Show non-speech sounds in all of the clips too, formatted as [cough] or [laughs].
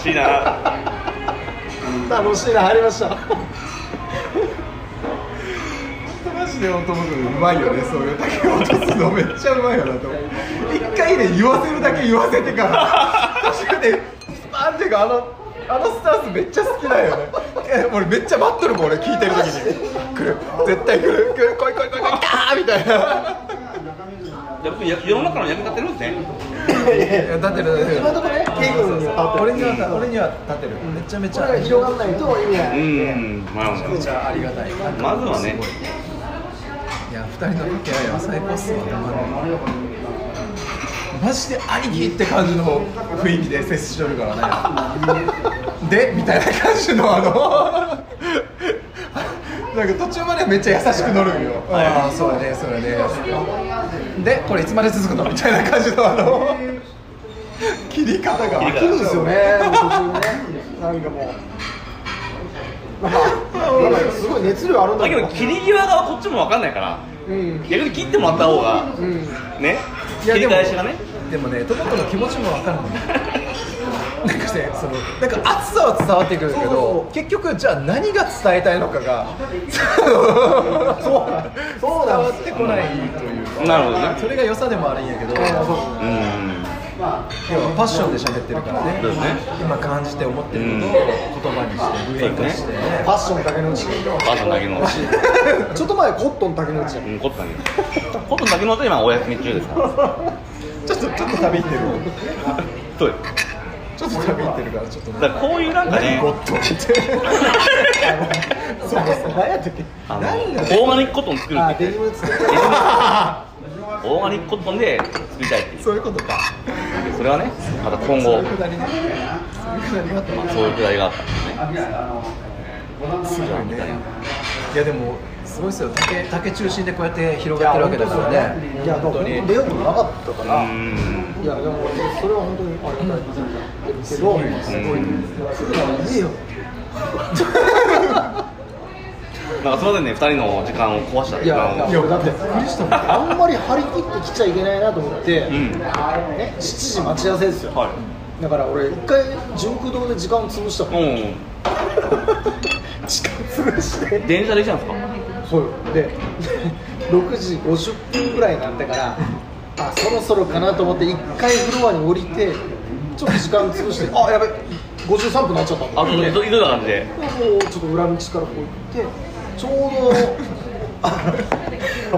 しいな楽しいな入りましたマジで本当僕うまいよねそういう竹を落とすのめっちゃうまいよなと思う一回ね言わせるだけ言わせてから確かにスパーンっていうかあのあのスタンスめっちゃ好きだよねえ俺めっちゃ待っとるもん俺聞いてる時に来る絶対来る来る来い来い来い来い来たーみたいなじゃあ僕や世の中の役立ってるんですねいや立ってる立って今のとるころねケイ君には俺には俺には立てるめちゃめちこゃれが広がらないと意味なういんまあまあめちゃありがたいまずはねいや、二人の掛け合いは最高っすわ、マジで兄貴って感じの雰囲気で接しとるからね。 [laughs] で、みたいな感じの、あ [laughs] の。なんか途中までめっちゃ優しく乗るんよ。ああ、そうだね、そうだね。で、これいつまで続くのみたいな感じの、あの。 [laughs] 切り方が。切り方そうですよね途中ねなんかもうまあなんかすごい熱量あるんだだけけどど切り際がこっちも分かんないからうん逆に切ってもらった方がうんねいや切でりも返しがねでもね、トマトの気持ちもわかるの [laughs] よ。なんかね、その、なんか熱さは伝わってくるけど、結局じゃあ、何が伝えたいのかが。 [laughs] そう、伝わそうなんっですてこないというか。なるほどねそれが良さでもあるんやけど、要はうんパッションで喋ってるからねそうですね。今感じて思ってることを言葉にして、具現化して [laughs] ね。ファッション竹野内お母さんだけのうちちょっと前コットン竹野内うんコットンだけコットンだけのうちは今お休み中ですからちょっと、ちょっと旅行ってる。そうですちょっと旅行ってるから、ちょっと。だからこういうなんかねゴッドって。そうそう。何やったっけあの何がオーガニックコットン作るあってデ言っニてム作ってオーガニックコットンで作りたいっていう [laughs] そういうことか。それはねまた今そう後いうくだりね。そういうくだりがあったそういうくだりがあったんですねすごいね。いやでもすごいですよ。竹竹中心でこうやって広がってるわけだからね。いや本本当当に。に出ようもなかったかうらんいやでもそれは本当にありがたいですけど、いいよなんかすみませんね、二人の時間を壊したいやいや俺だってびっくりしたもんあんまり張り切ってきちゃいけないなと思って、うんね、7時待ち合わせですよ、はだから俺一回純空堂で時間を潰したい。もん、う時間潰してん。電車で来たんですか。そうよで [laughs] 6時50分ぐらいなんだからあそろそろかなと思って1回フロアに降りてちょっと時間潰してあやべ53分になっちゃったと思あ、ってそう、いどいどんな感じで。もうちょっと裏道からこう行ってちょうど [laughs] あの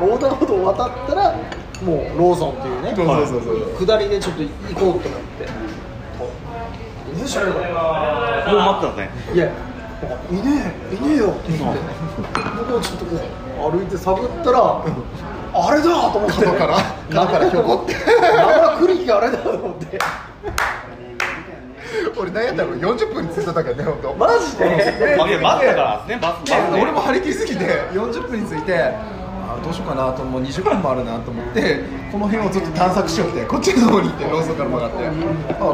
横断歩道を渡ったらもうローソンっていうねそうそうそうそう。下りでちょっと行こうと思っていねえじゃねえかもう待ってたんですね。いやいねえいねえよって言って僕もちょっとこう歩いて探ったらあれだと思って角から角からひょこって生栗があれだと思って俺何やったの40分に着いただけね本当。マジでまあ、いや、待ってたから、ね、バス。ねバスで俺も。張り切りすぎて40分に着いてあーどうしようかなともう20分もあるなと思ってこの辺をずっと探索しようってこっちの方に行ってローソンから曲がってあ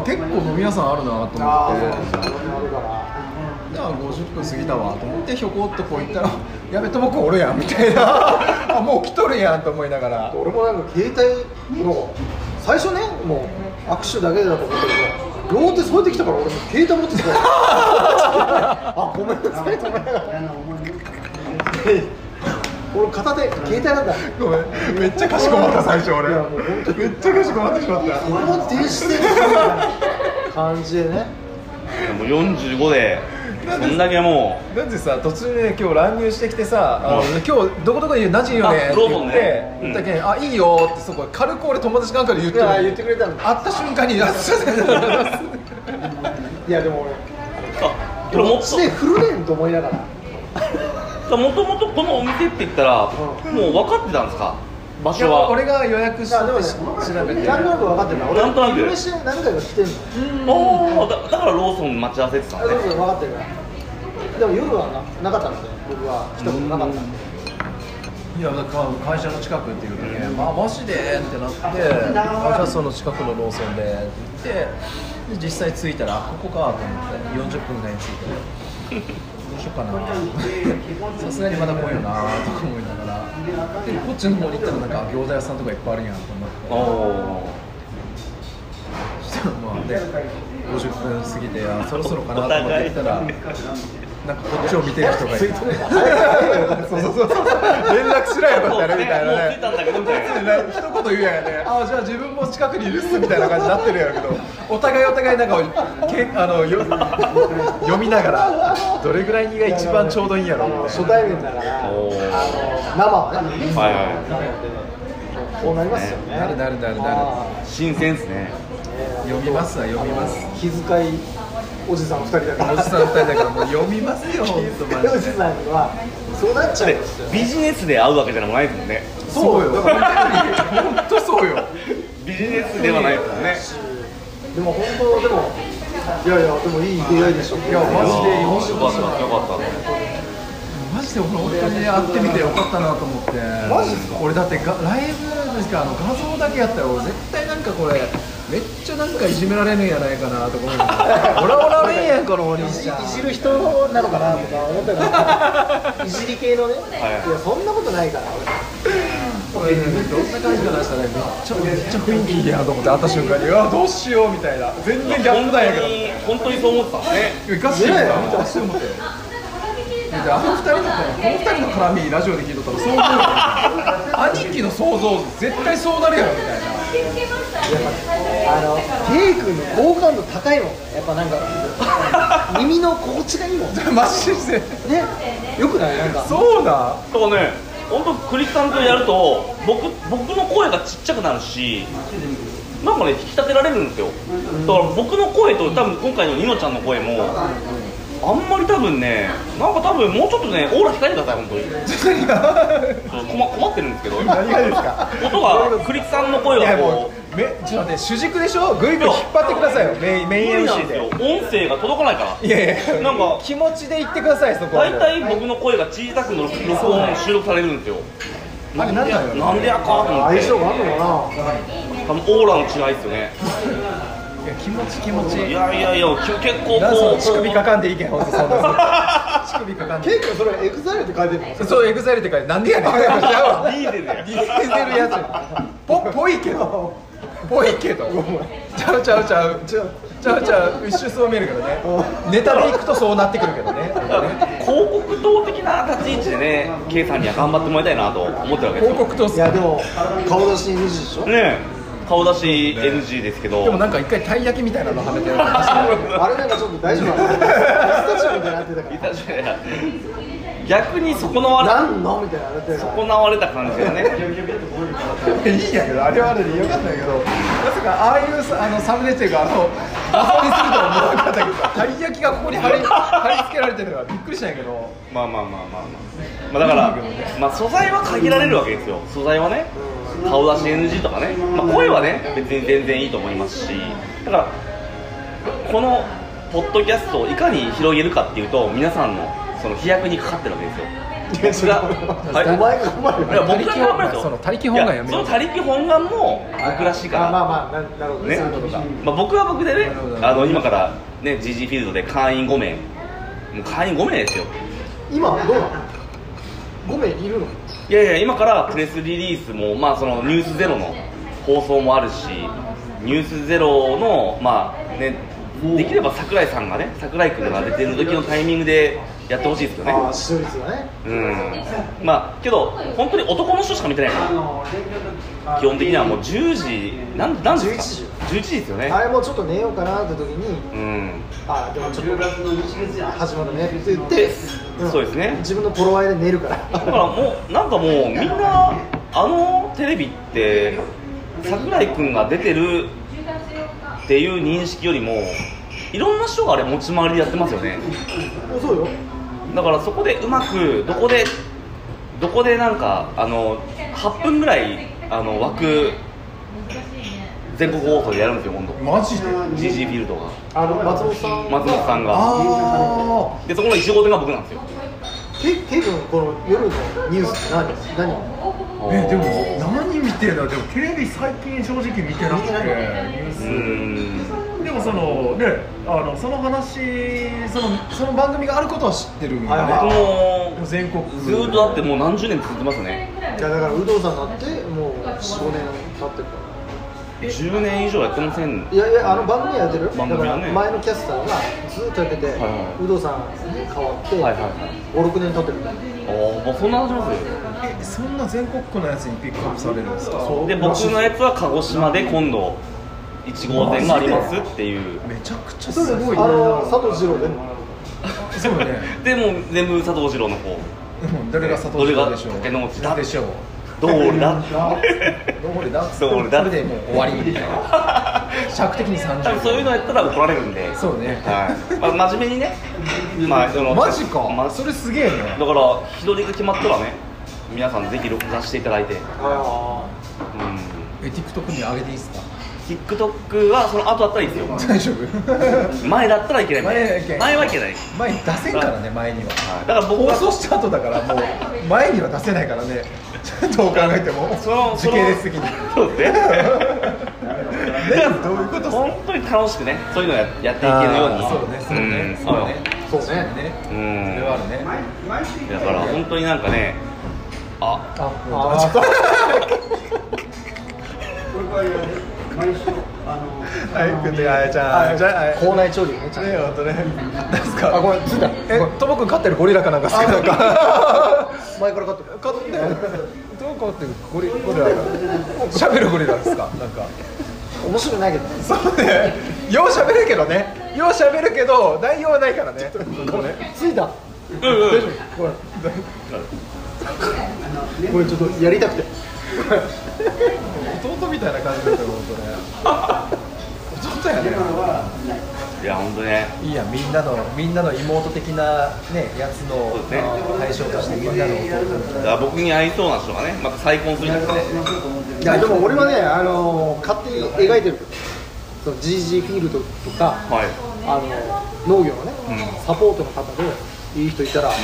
結構飲み屋さんあるなとああ思ってそうなんですよじゃあ50分過ぎたわと思ってひょこっとこう行ったらやべともくおるやんみたいなあもう来とるやんと思いながら俺もなんか携帯の最初ねもう握手だけだと思ったけど両手添えてきたから俺も携帯持って [laughs] たからあごめんなさいと思いながら俺片手携帯なん [laughs] だごめんめっちゃかしこまった最初俺いやもう本当にめっちゃかしこまってしまった俺も停止してるみたいな感じでねもう四十五で。そんだけもう。だってさ途中で今日乱入してきてさ「あのうん今日どこどこにいる何時いるよね」あってロー言ソっンて、ね言ったけん「あいいよ」ってそこ軽く俺友達なんかで言っいてや言ってるくれたんだ会った瞬間に「あすいませんいやでもあ、これ俺もどっっちで振るねんと思いながらと。もともとこのお店って言ったら、もう分かってたんですか。場いや所は。俺が予約しいやでもね調べてなんとなく分かってるな俺なんとなく昼飯で何回か来てんのおお、だ、だからローソン待ち合わせてたんあそうでそうすね。分かってるからでも夜はななかったんで僕は来たことなかったんでいやだから会社の近くっていうからね「まあマジで?」ってなって「あじゃあその近くのローソンで」って言ってで実際着いたら「あここか」と思って40分ぐらいに着いてどうしようかなさすがにまだ来いよなとか思いながらでこっちの方に行ったらなんか餃子屋さんとかいっぱいあるやんと思っておお。そしまあね、50分過ぎてあそろそろかなおと思っ互ていきたらなんかこっちを見てる人がいるそうそうそう連絡しろよもみうたいねなねもう着いたんだけどみたいな一言言うやんねあじゃあ自分も近くにいるっすみたいな感じになってるやろうけどお互いお互いなんかけあのよ読みながらどれぐらいが一番ちょうどいいんやろみたいな初対面だからあのおー生はねはいはこうなりますよねなるなるなるなるあい新鮮ですねー読みますわ読みますあの気遣いおじさん2人だからおじさん二人だからもう読みますよ本当マおジじでさんにはそうなっちゃうんですよビジネスで会うわけじゃないですもんねそうよ本当そうよビジネスではないですもんねでも本当でもいやいやでもいい出会いでしょいやマジでよかったよかったマジで俺本当に会ってみてよかったなと思ってマジっすか俺だってがライブですかあの画像だけやったら俺絶対なんかこれめっちゃなんかいじめられるんやないかなとか思 [laughs] うオラオラれんやんこのお兄いじちゃんいじる人なのかなとか思ったからいじり系のね、いい、やそんなことないからこれねどんな感じか出したらめっちゃめっちゃ雰囲気いいやと思って会った瞬間にうわどうしようみたいな全然ギャップなんやけど本当に本当にそう思ってたんですねいやガチで見たガチで思ったよだってあの二人のこの二人の絡みラジオで聞いとったらそう [laughs] 思うよ兄貴の想像図絶対そうなるやろみたいなあのケイ君の好感度高いもんやっぱなんか耳の心地がいいもんねマジでよくないなんかそうだだからね本当クリスさんとやると僕僕の声がちっちゃくなるしなんかね引き立てられるんですよだから僕の声と多分今回のニノちゃんの声もあんまり多分ねなんか多分もうちょっとねオーラ控えてください本当に何がちょっと困困ってるんですけど音何がですかがクリスさんの声いがやこもううめちょっと待って主軸でしょグイグイ引っ張ってくださいよメインメイ無理ンなん MC ですよで音声が届かないからいやいやなんか気持ちで言ってくださいそこは大もう体僕の声が小さく録録音収録されるんですよあれ何なんだよなんでやかと思って相性があるのかな多分オーラの違いですよねいや気持ち気持ちいやいやいや、き結構なんそこのう、乳首かかんでいいけんほんとそんな乳首かかんでケイ君それエグザイルって書いてるのそう、エグザイルって書いて、なんでやねん。デディーゼルやディーゼルやつ。ぽ、ぽいけど。ぽいけど。ちゃうちゃうちゃう。ちゃうちゃうちゃう。一瞬そう見えるけどね。ネタでいくとそうなってくるけどね。広告塔的な立ち位置でね、K さんには頑張ってもらいたいなと思ってるわけです広よ。告とい。やでも顔出し NG でしょねえ顔出し NG ですけど、でもなんか一回たい焼きみたいなのはめてるから。あれなんかちょっと大丈夫なのピスタチオみたいになってたから逆に損なわれ何のみたいになってたから損なわれた感じがね、いいんやけど、あれはあれでよかったんやけど。まさか、ああいうさあのサムネっていうか、あの。画像にするとは思わなかったけど、たい焼きがここに貼り、貼り付けられてるから、びっくりしたんやけど。まあまあまあまあまあ、まあ、だから、まあ、素材は限られるわけですよ、素材はね、顔出し NG とかね、まあ、声はね、別に全然いいと思いますし、だから、このポッドキャストをいかに広げるかっていうと、皆さんのその飛躍にかかってるわけですよ。僕 [laughs] がお前が頑張いるやよ僕が頑張るとその他力本願やめいよやうその他力本願も僕らしいかまらあまあまあななるほどねねそういうことかまあ、僕は僕でねなるほど、あの今から、ね、GG フィールドで会員5名、もう会員5名ですよ、今どうなの5名いるのいやいや、今からプレスリリースも、まあ、そのニュースゼロの放送もあるし、ニュースゼロの、まあね、できれば桜井さんがね、桜井君が出てる時のタイミングでやってほしいですよね。ああ視聴率がねうん、まあけど本当に男の人しか見てないから基本的にはもう10時なん何時ですか11時ですよねあれもうちょっと寝ようかなって時にうんあでもちょっと始まるねって言って、んそうですね自分の頃合いで寝るから [laughs] だからもうなんかもうみんなあのテレビって桜井君が出てるっていう認識よりもいろんな人があれ持ち回りでやってますよねそうよだからそこでうまくどこでどこでなんかあの8分ぐらいあの枠全国放送でやるんですよ今度マジで。 GG フィールドがあの松本さん松本さんがああ。でそこの1号店が僕なんですよケケイ君この夜のニュースって何何えでも何見てんだでもテレビ最近正直見てなくてニュうーーんスでもそのねあのその話そのその番組があることは知ってるんはい僕はだねでもも全国ずーっとだってもう何十年続いてますねいやだから有働さんになってもう45年経ってるか10年以上やってませんいやいやあの番組やってる番組はねだから前のキャスターがずっとやってて、いはい有働さんに変わって、はいはいはい56年経ってるみたいなおーもうそんな話しますよえそんな全国区のやつにピックアップされるんですかそうで僕のやつは鹿児島で今度1号店がありますっていうめちゃくちゃそすれごいあなの佐藤二郎でもそうねでもう全部佐藤二郎の方でもどれが佐藤二郎でしょどれが竹野内だうでしょうどうだどれだどれだこれでもう終わりみた [laughs] いな尺的に [laughs] 30多分そういうのやったら怒られるんでそうねはい、まあ、真面目にねまあそのマジか、まあそれすげえねだから日取りが決まったらね皆さんぜひ録画していただいて、うん、あえ TikTok に上げていいですか TikTok はその後だったらいいですよ大丈夫前だったらいけないみたいな前前ははいいけけなないい前に出せんからね前にはだから僕放は送した後だからもう前には出せないからねどう考えてもその時系列的にそうですねねどういうことっすか本当に楽しくねそういうのをややっていけるようにあーそうねそうねんそうねそううねそんれはあるねだから本当になんかねあああ本当だはいくてあやちゃんじゃああや校内調理ねちゃんとね本当ね何すかあごめんついたえともくん飼ってるゴリラかなんか好きなんか前から買ってる飼ってるどう飼ってるゴリゴリラがしゃべるゴリラですかなんか面白くないけどそうねようしゃべるけどねようしゃべるけど内容はないからねこれついたうんうんごめんごめんちょっとやりたくて弟みたいな感じだったよ本当ね弟やねいや本当ねいいやみんなのみんなの妹的なねやつのそうですね対象としてみんなの弟だから僕に合いそうな人がねまた再婚するんですねいやでも俺はねあの勝手に描いてるその GG フィールドとかはいあの農業のね、うサポートの方でいい人いたらうん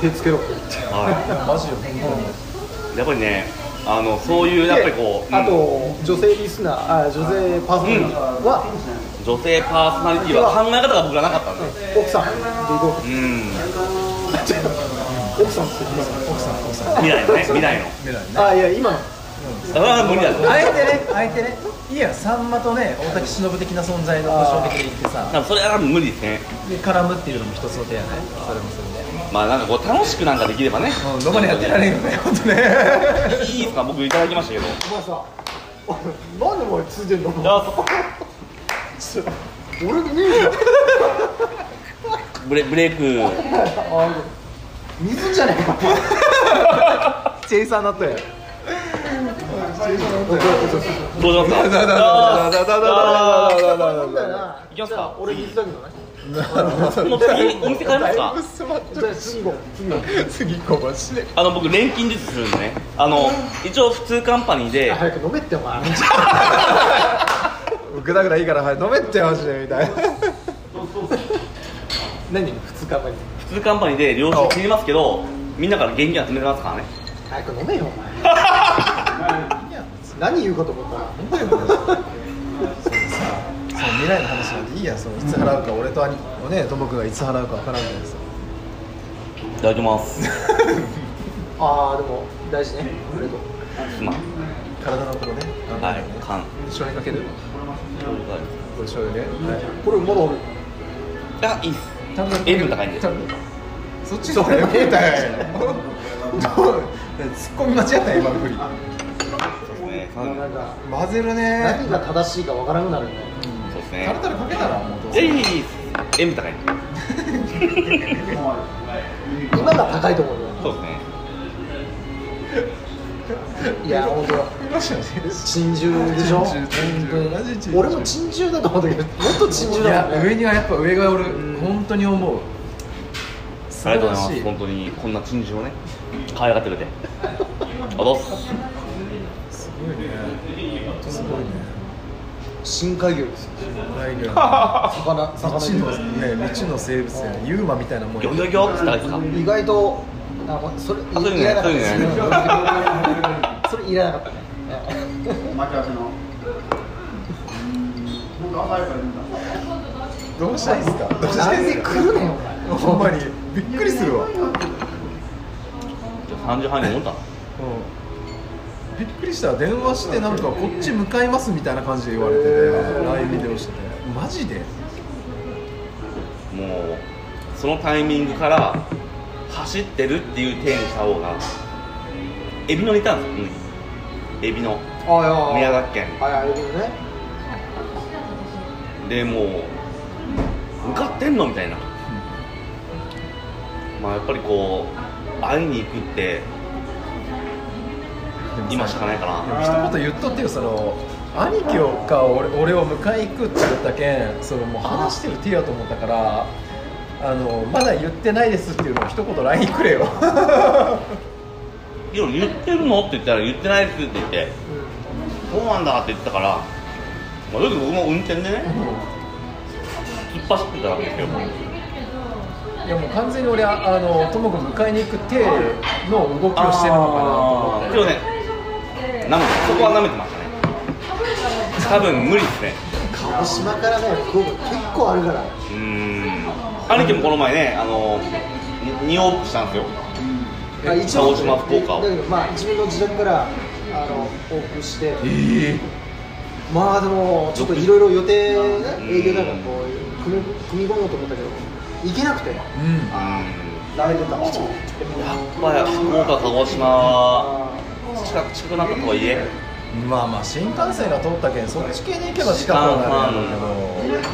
手つけろってはいマジよ本いやっぱりねあのそういうやっぱりこう、であうんと女性リスナーあ女性パーソナリティは、女性パーソナリティは考え方が僕らなかったんで奥さんで行こうんう奥さんって言います当に奥さん奥さん未来 [laughs] のね未来の未来ねあいや今のそれは無理だとあえてねあえてねいやさんまとね大滝しのぶ的な存在の衝撃で言って多さ分それは無理ですねで絡むっていうのも一つの手やねそれもそれでまあなんかこう楽しくなんかできればねうんどこにやってられんよね本当ねいいですか僕いただきましたけ [laughs] どお前さおなんでお前ついてんのやそ俺に見えるよブレブレイクあ水じゃないかチェイサーなったやどうしますかあだだだだだだだーだだだだなんだよな行きますかじゃあ俺水だけどねもう次お店変えますかじゃあ次行こう次行こ [laughs] 次小橋であの僕錬金術するんでねあの一応普通カンパニーうで早く飲めってお前グダグダいいからはい飲めってマジでみたいな何2日前に普通カンパニーで領収書切りますけどみんなから現金集めてますからね早く飲めよお前何言うかと思ったらそう未来の話なんていいやそのいつ払うか俺と兄貴ねともくんがいつ払うか分からんけどさいただきますああでも大事ね俺とすまん体のことねはねい缶醤油かけるこれ醤油ねこれまだあるあいいっす塩分高いんでそっちの方がよくみたいどうツッコミ間違った今無理そうですねもうなんか混ぜるね何が正しいかわからなくなるねそうですねタルタルかけたらもうどういやいやいやいいっす塩分高いんで今が高いと思うよそうですねいや本当だ珍獣でしょ珍獣珍獣俺も珍獣だと思ったけどもっと珍い獣だもやん上ねにはやっぱ上が俺本当に思う素あり晴がとうごらざいましすい本当にこんな珍獣をね可愛がってくれてあどうっすすごいね本当すごいね深海魚ですよ大魚や魚な魚未知のね未知の生物やねユーマみたいなもんやギョギョギョって言ったらいいです意外とあまそれあそういうのねいらなかったですそういうのそれいらなかったねどうしたいっすかどうしたないんっすでか来るねんお前ほんまにびっくりするわかじゃあ3時半に思ったうんびっくりした電話してなんかこっち向かいますみたいな感じで言われてて LINE ビデオしてマジでもうそのタイミングから走ってるっていう体にした方がエビのにいたんですよこの時エビのあいや宮崎県はいはいでもねでもう向かってんのみたいなまあやっぱりこう会いに行くってでもさ今しかないかなでも一言言っとってよその兄貴をか俺俺を迎え行くって言ったけんそのもう話してる手やと思ったからあのまだ言ってないですっていうのを一言 LINE くれよいや言ってるのって言ったら言ってないですって言ってそうなんだって言ったから、まあ、よく僕も運転でね突っ走ってたわけですよいやもう完全に俺ああのともくん迎えに行く手の動きをしてるのかなと思ってでもねなめてそこは舐めてましたね多分無理ですね鹿児島からね福岡結構あるからうーん兄貴もこの前ねあのに2往復したんですよあ一応鹿児島福岡をだけどまあ自分の自宅からあの往復してえまあでもちょっといろいろ予定ねうん営業だからこう組み組み込もうと思ったけど行けなくてえうんあうあダメ出たやっんまあ福岡鹿児島は近く近くなったとはいえまあまあ新幹線が通ったけんそっち系に行けば近くはなるんだろう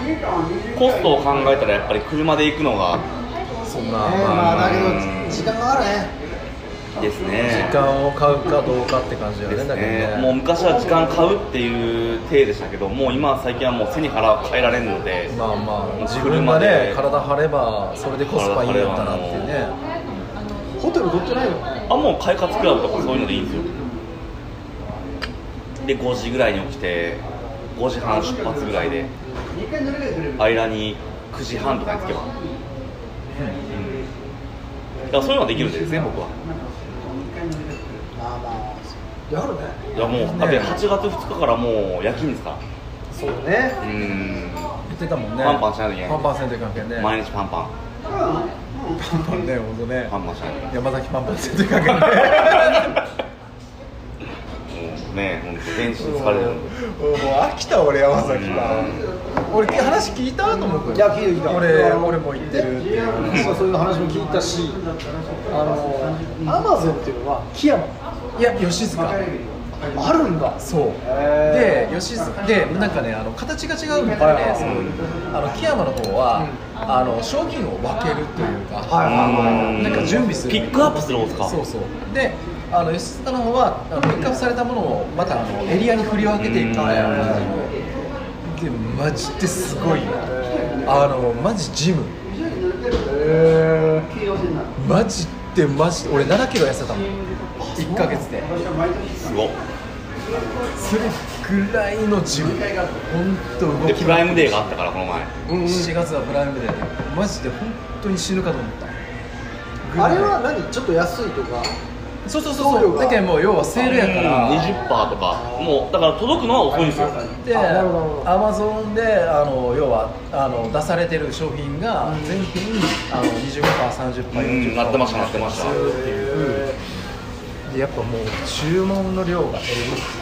けコストを考えたらやっぱり車で行くのがどそんまな、あ、ねままあ、だけどうん時間かかるねですね時間を買うかどうかって感じだよねですだけどねねもう昔は時間買うっていう体でしたけどもう今は最近はもう背に腹は変えられるのでまあまあ自分がね体張ればそれでコスパいいんやったらっていうねホテル取ってないよあもう快活クラブとかそういうのでいいんですよで5時ぐらいに起きて5時半出発ぐらいで間に9時半とかに着けば、うん、だからそういうのができるんですね僕はまあまあやるねいやもうだって8月2日からもう夜勤ですかそうねらうん言ってたもんねパンパンしないといけないパンパンせんといかんけんね毎日パンパパンパンねほんとねンパンパンしないといけない山崎パンパンせんといかんけんね [laughs] もうね、本当全身疲れるのもう飽きた俺山崎パン俺話聞いたと思ういや聞いた聞いた俺俺も行ってるっていう話まあそういう話も聞いたしあのアマゾンっていうのは木山いや吉塚あるんだそうへでー吉住でなんかねあの形が違うみたいはいはでいすごいあの木山の方はあの商品を分けるというかはいはいはいなんか準備するピックアップするんですかそうそうであの吉塚の方はあのピックアップされたものをまたあのエリアに振り分けていくみたいな感じでマジですごいよあのマジジムへえマジでマジで俺7キロ痩せたもん1ヶ月ですごっそれぐらいのジム本当動できプまラくイムってデーがあったからこの前うんうん7月はプライムデーでマジで本当に死ぬかと思ったあれは何ちょっと安いとかそうそう送そ料うがだけどもう要はセールやからうん20%とかもうだから届くのは遅いんですよであなるほどなるほどアマゾンであの要はあの出されてる商品が全品あの 25%30%40% うんなってましたなってましたっていうでやっぱもう注文の量がえぐくて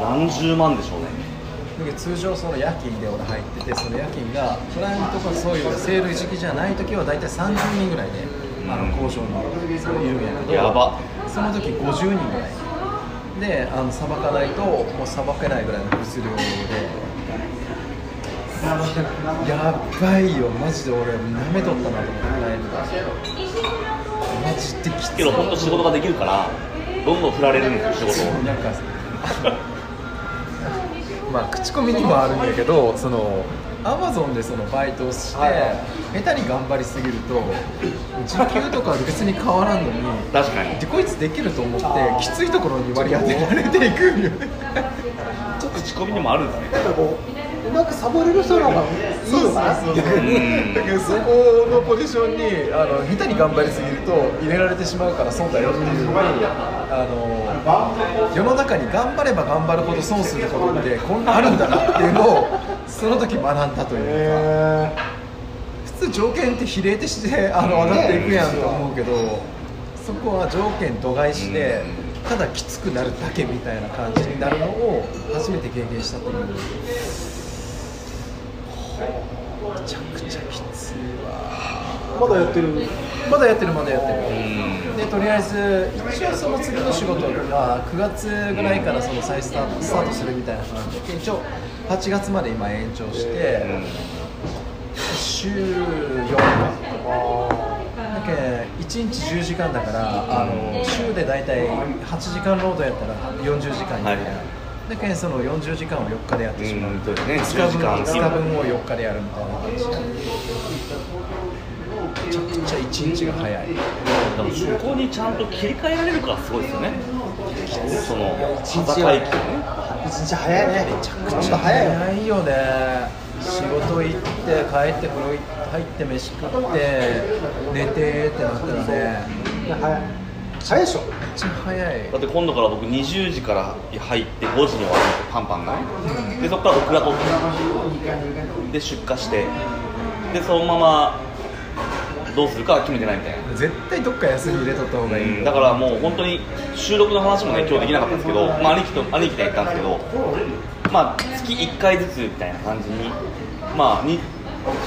何十万でしょうねだけど通常その夜勤で俺入っててその夜勤がクライアントとかそういうセール時期じゃない時は大体30人ぐらいで、あの交渉にそのいるんやけどやばその時50人ぐらいであのさばかないともうさばけないぐらいの物量でやばいよマジで俺舐めとったなと思ってクライアントがマジできついけど本当仕事ができるからどんどん振られるんですよ仕事をなんか [laughs] まあ口コミにもあるんやけどそのアマゾンでそのバイトをして、はい下手に頑張りすぎると時給とかは別に変わらんのに確かにでこいつできると思ってあーきついところに割り当てられていくんよねちょっと仕込みにもあるんですねやっぱこううまくサボれる人の方がいいのかなうんだけどそこのポジションにあの下手に頑張りすぎると入れられてしまうから損だよっていうあの世の中に頑張れば頑張るほど損することってこんなあるんだなっていうのをその時学んだというかへ普通条件って比例てしてあの上がっていくやんと思うけどそこは条件度外視でただきつくなるだけみたいな感じになるのを初めて経験した時にめちゃくちゃきついわまだやってるまだやってるまだやってるんでとりあえず一応その次の仕事が9月ぐらいからその再スタートスタートするみたいな感じで一応8月まで今延長して、週4日だけ1日10時間だからあの週で大体8時間労働やったら40時間みたはいな、いだけその40時間を4日でやってしまう、うんそうですね5 10日時分間5日分を4日でやるみたいな感じめちゃくちゃ1日が早いだからそこにちゃんと切り替えられるからすごいですよねその一日戦い期をね一日早いねめちゃくちゃ早いよ早いよね仕事行って帰って風呂入って飯食って寝てってなったらね早い早いでしょめっちゃ早いだって今度から僕20時から入って5時に終わるってパンパンない、でそこから僕が取ってで出荷してでそのままどうするかは決めてないみたいな、絶対どっか休み入れとった方がいい、だからもう本当に収録の話もね今日できなかったんですけど、まあ、兄貴と兄貴とやったんですけどまあ月1回ずつみたいな感じにまあに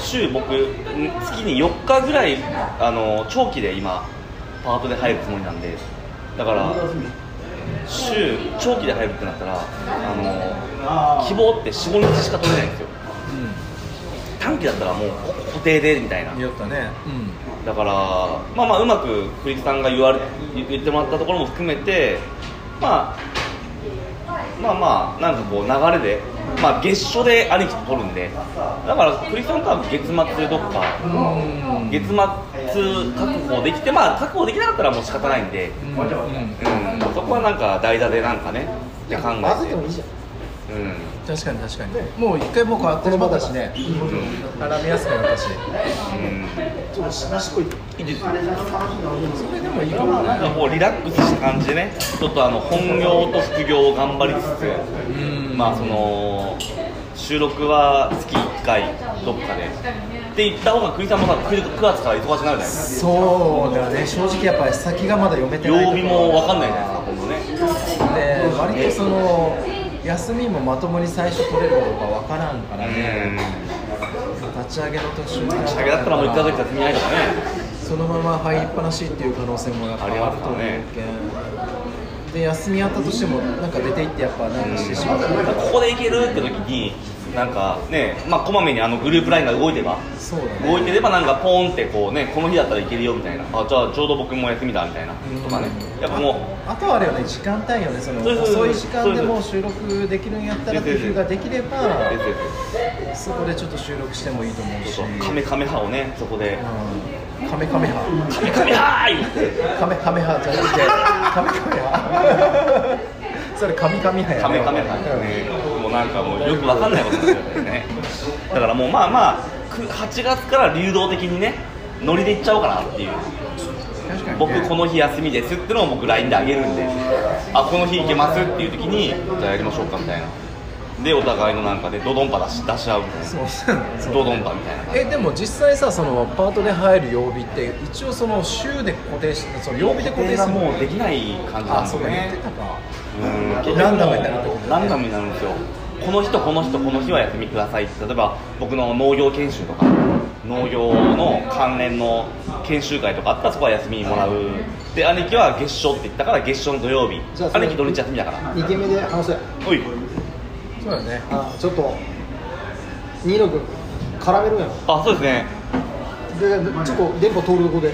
週僕ん月に4日ぐらいあの長期で今パートで入るつもりなんでだから週長期で入るってなったらあの希望って45日しか取れないんですよ短期だったらもうここ固定でみたいなうん、よったね、だから、まあまあうまく栗木さんが言われ言ってもらったところも含めて、まあ、まあまあ、なんかこう、流れで、まあ、月初で兄貴と取るんで、だから栗木さんとは月末どっか、うん、月末確保できて、まあ、確保できなかったらもう仕方ないんで、ううんん、うんそこはなんか代打でなんかね、いや考まずえいて。でうんもいいじ確かゃんに確かに、もう一回もう変わってしまったしねうん絡みやすくなったしちょっとしなしこいうんいいですそれでもいいかもなんねかこうリラックスした感じでね、ちょっとあの本業と副業を頑張りつうつ、んまあその収録は月1回どっかでって言った方が栗さんもさ 9, 9月から忙しくなるじゃないですそうだね正直やっぱり先がまだ読めか。てない曜日もわかんないじゃないですか、今度ね。で割とその休みもまともに最初取れるかどうかわからんからね、立ち上げの途中からうん。下げだったらもう1ヶ月休みないとかね。そのまま入りっぱなしっていう可能性もやっぱあると思うあけんりますで休みあったとしてもなんか出て行ってやっぱなんかしてしまう、だからここでいけるって時に、なんかね、まあこまめにあのグループラインが動いてば。そうだね動いてればなんかポーンってこうねこの日だったらいけるよみたいなあじゃあちょうど僕も休みだみたいなとかねやっぱもうあとはあれよね時間帯よねそのそうそうそう遅い時間でも収録できるんやったらそう工そうそう夫ができれでばすですそこでちょっと収録してもいいと思うですしそうそうカメカメ派をねそこでうんカメカメ派カメカメ派ーいカメカメ派じゃなくてカメカメ派 [laughs] それカミカミ派やカメカメ派ですねもうなんかもうよくわかんないことになっちゃってねだからもうまあまあく8月から流動的にねノリで行っちゃおうかなっていう確かに、ね、僕この日休みですってのを僕 LINE であげるんであこの日行けますっていう時にじゃあやりましょうかみたいなでお互いのなんかでドドンパ出し出し合うみたいなそうそうドドンパみたいな感じえでも実際さそのパートで入る曜日って一応その週で固定しその曜日で固定すがるもうできない感じなあんそでうか言っねてたかうん結局もうランダムになるってことねランダムになるんですよこの人この人この日は休みくださいって例えば僕の農業研修とか農業の関連の研修会とかあったらそこは休みもらうで兄貴は月初って言ったから月初の土曜日じゃあそれ兄貴土日休みだから2軒目で話せおいそうだねあちょっと新野君絡めるんやろあそうですねでちょっと電波通るとこで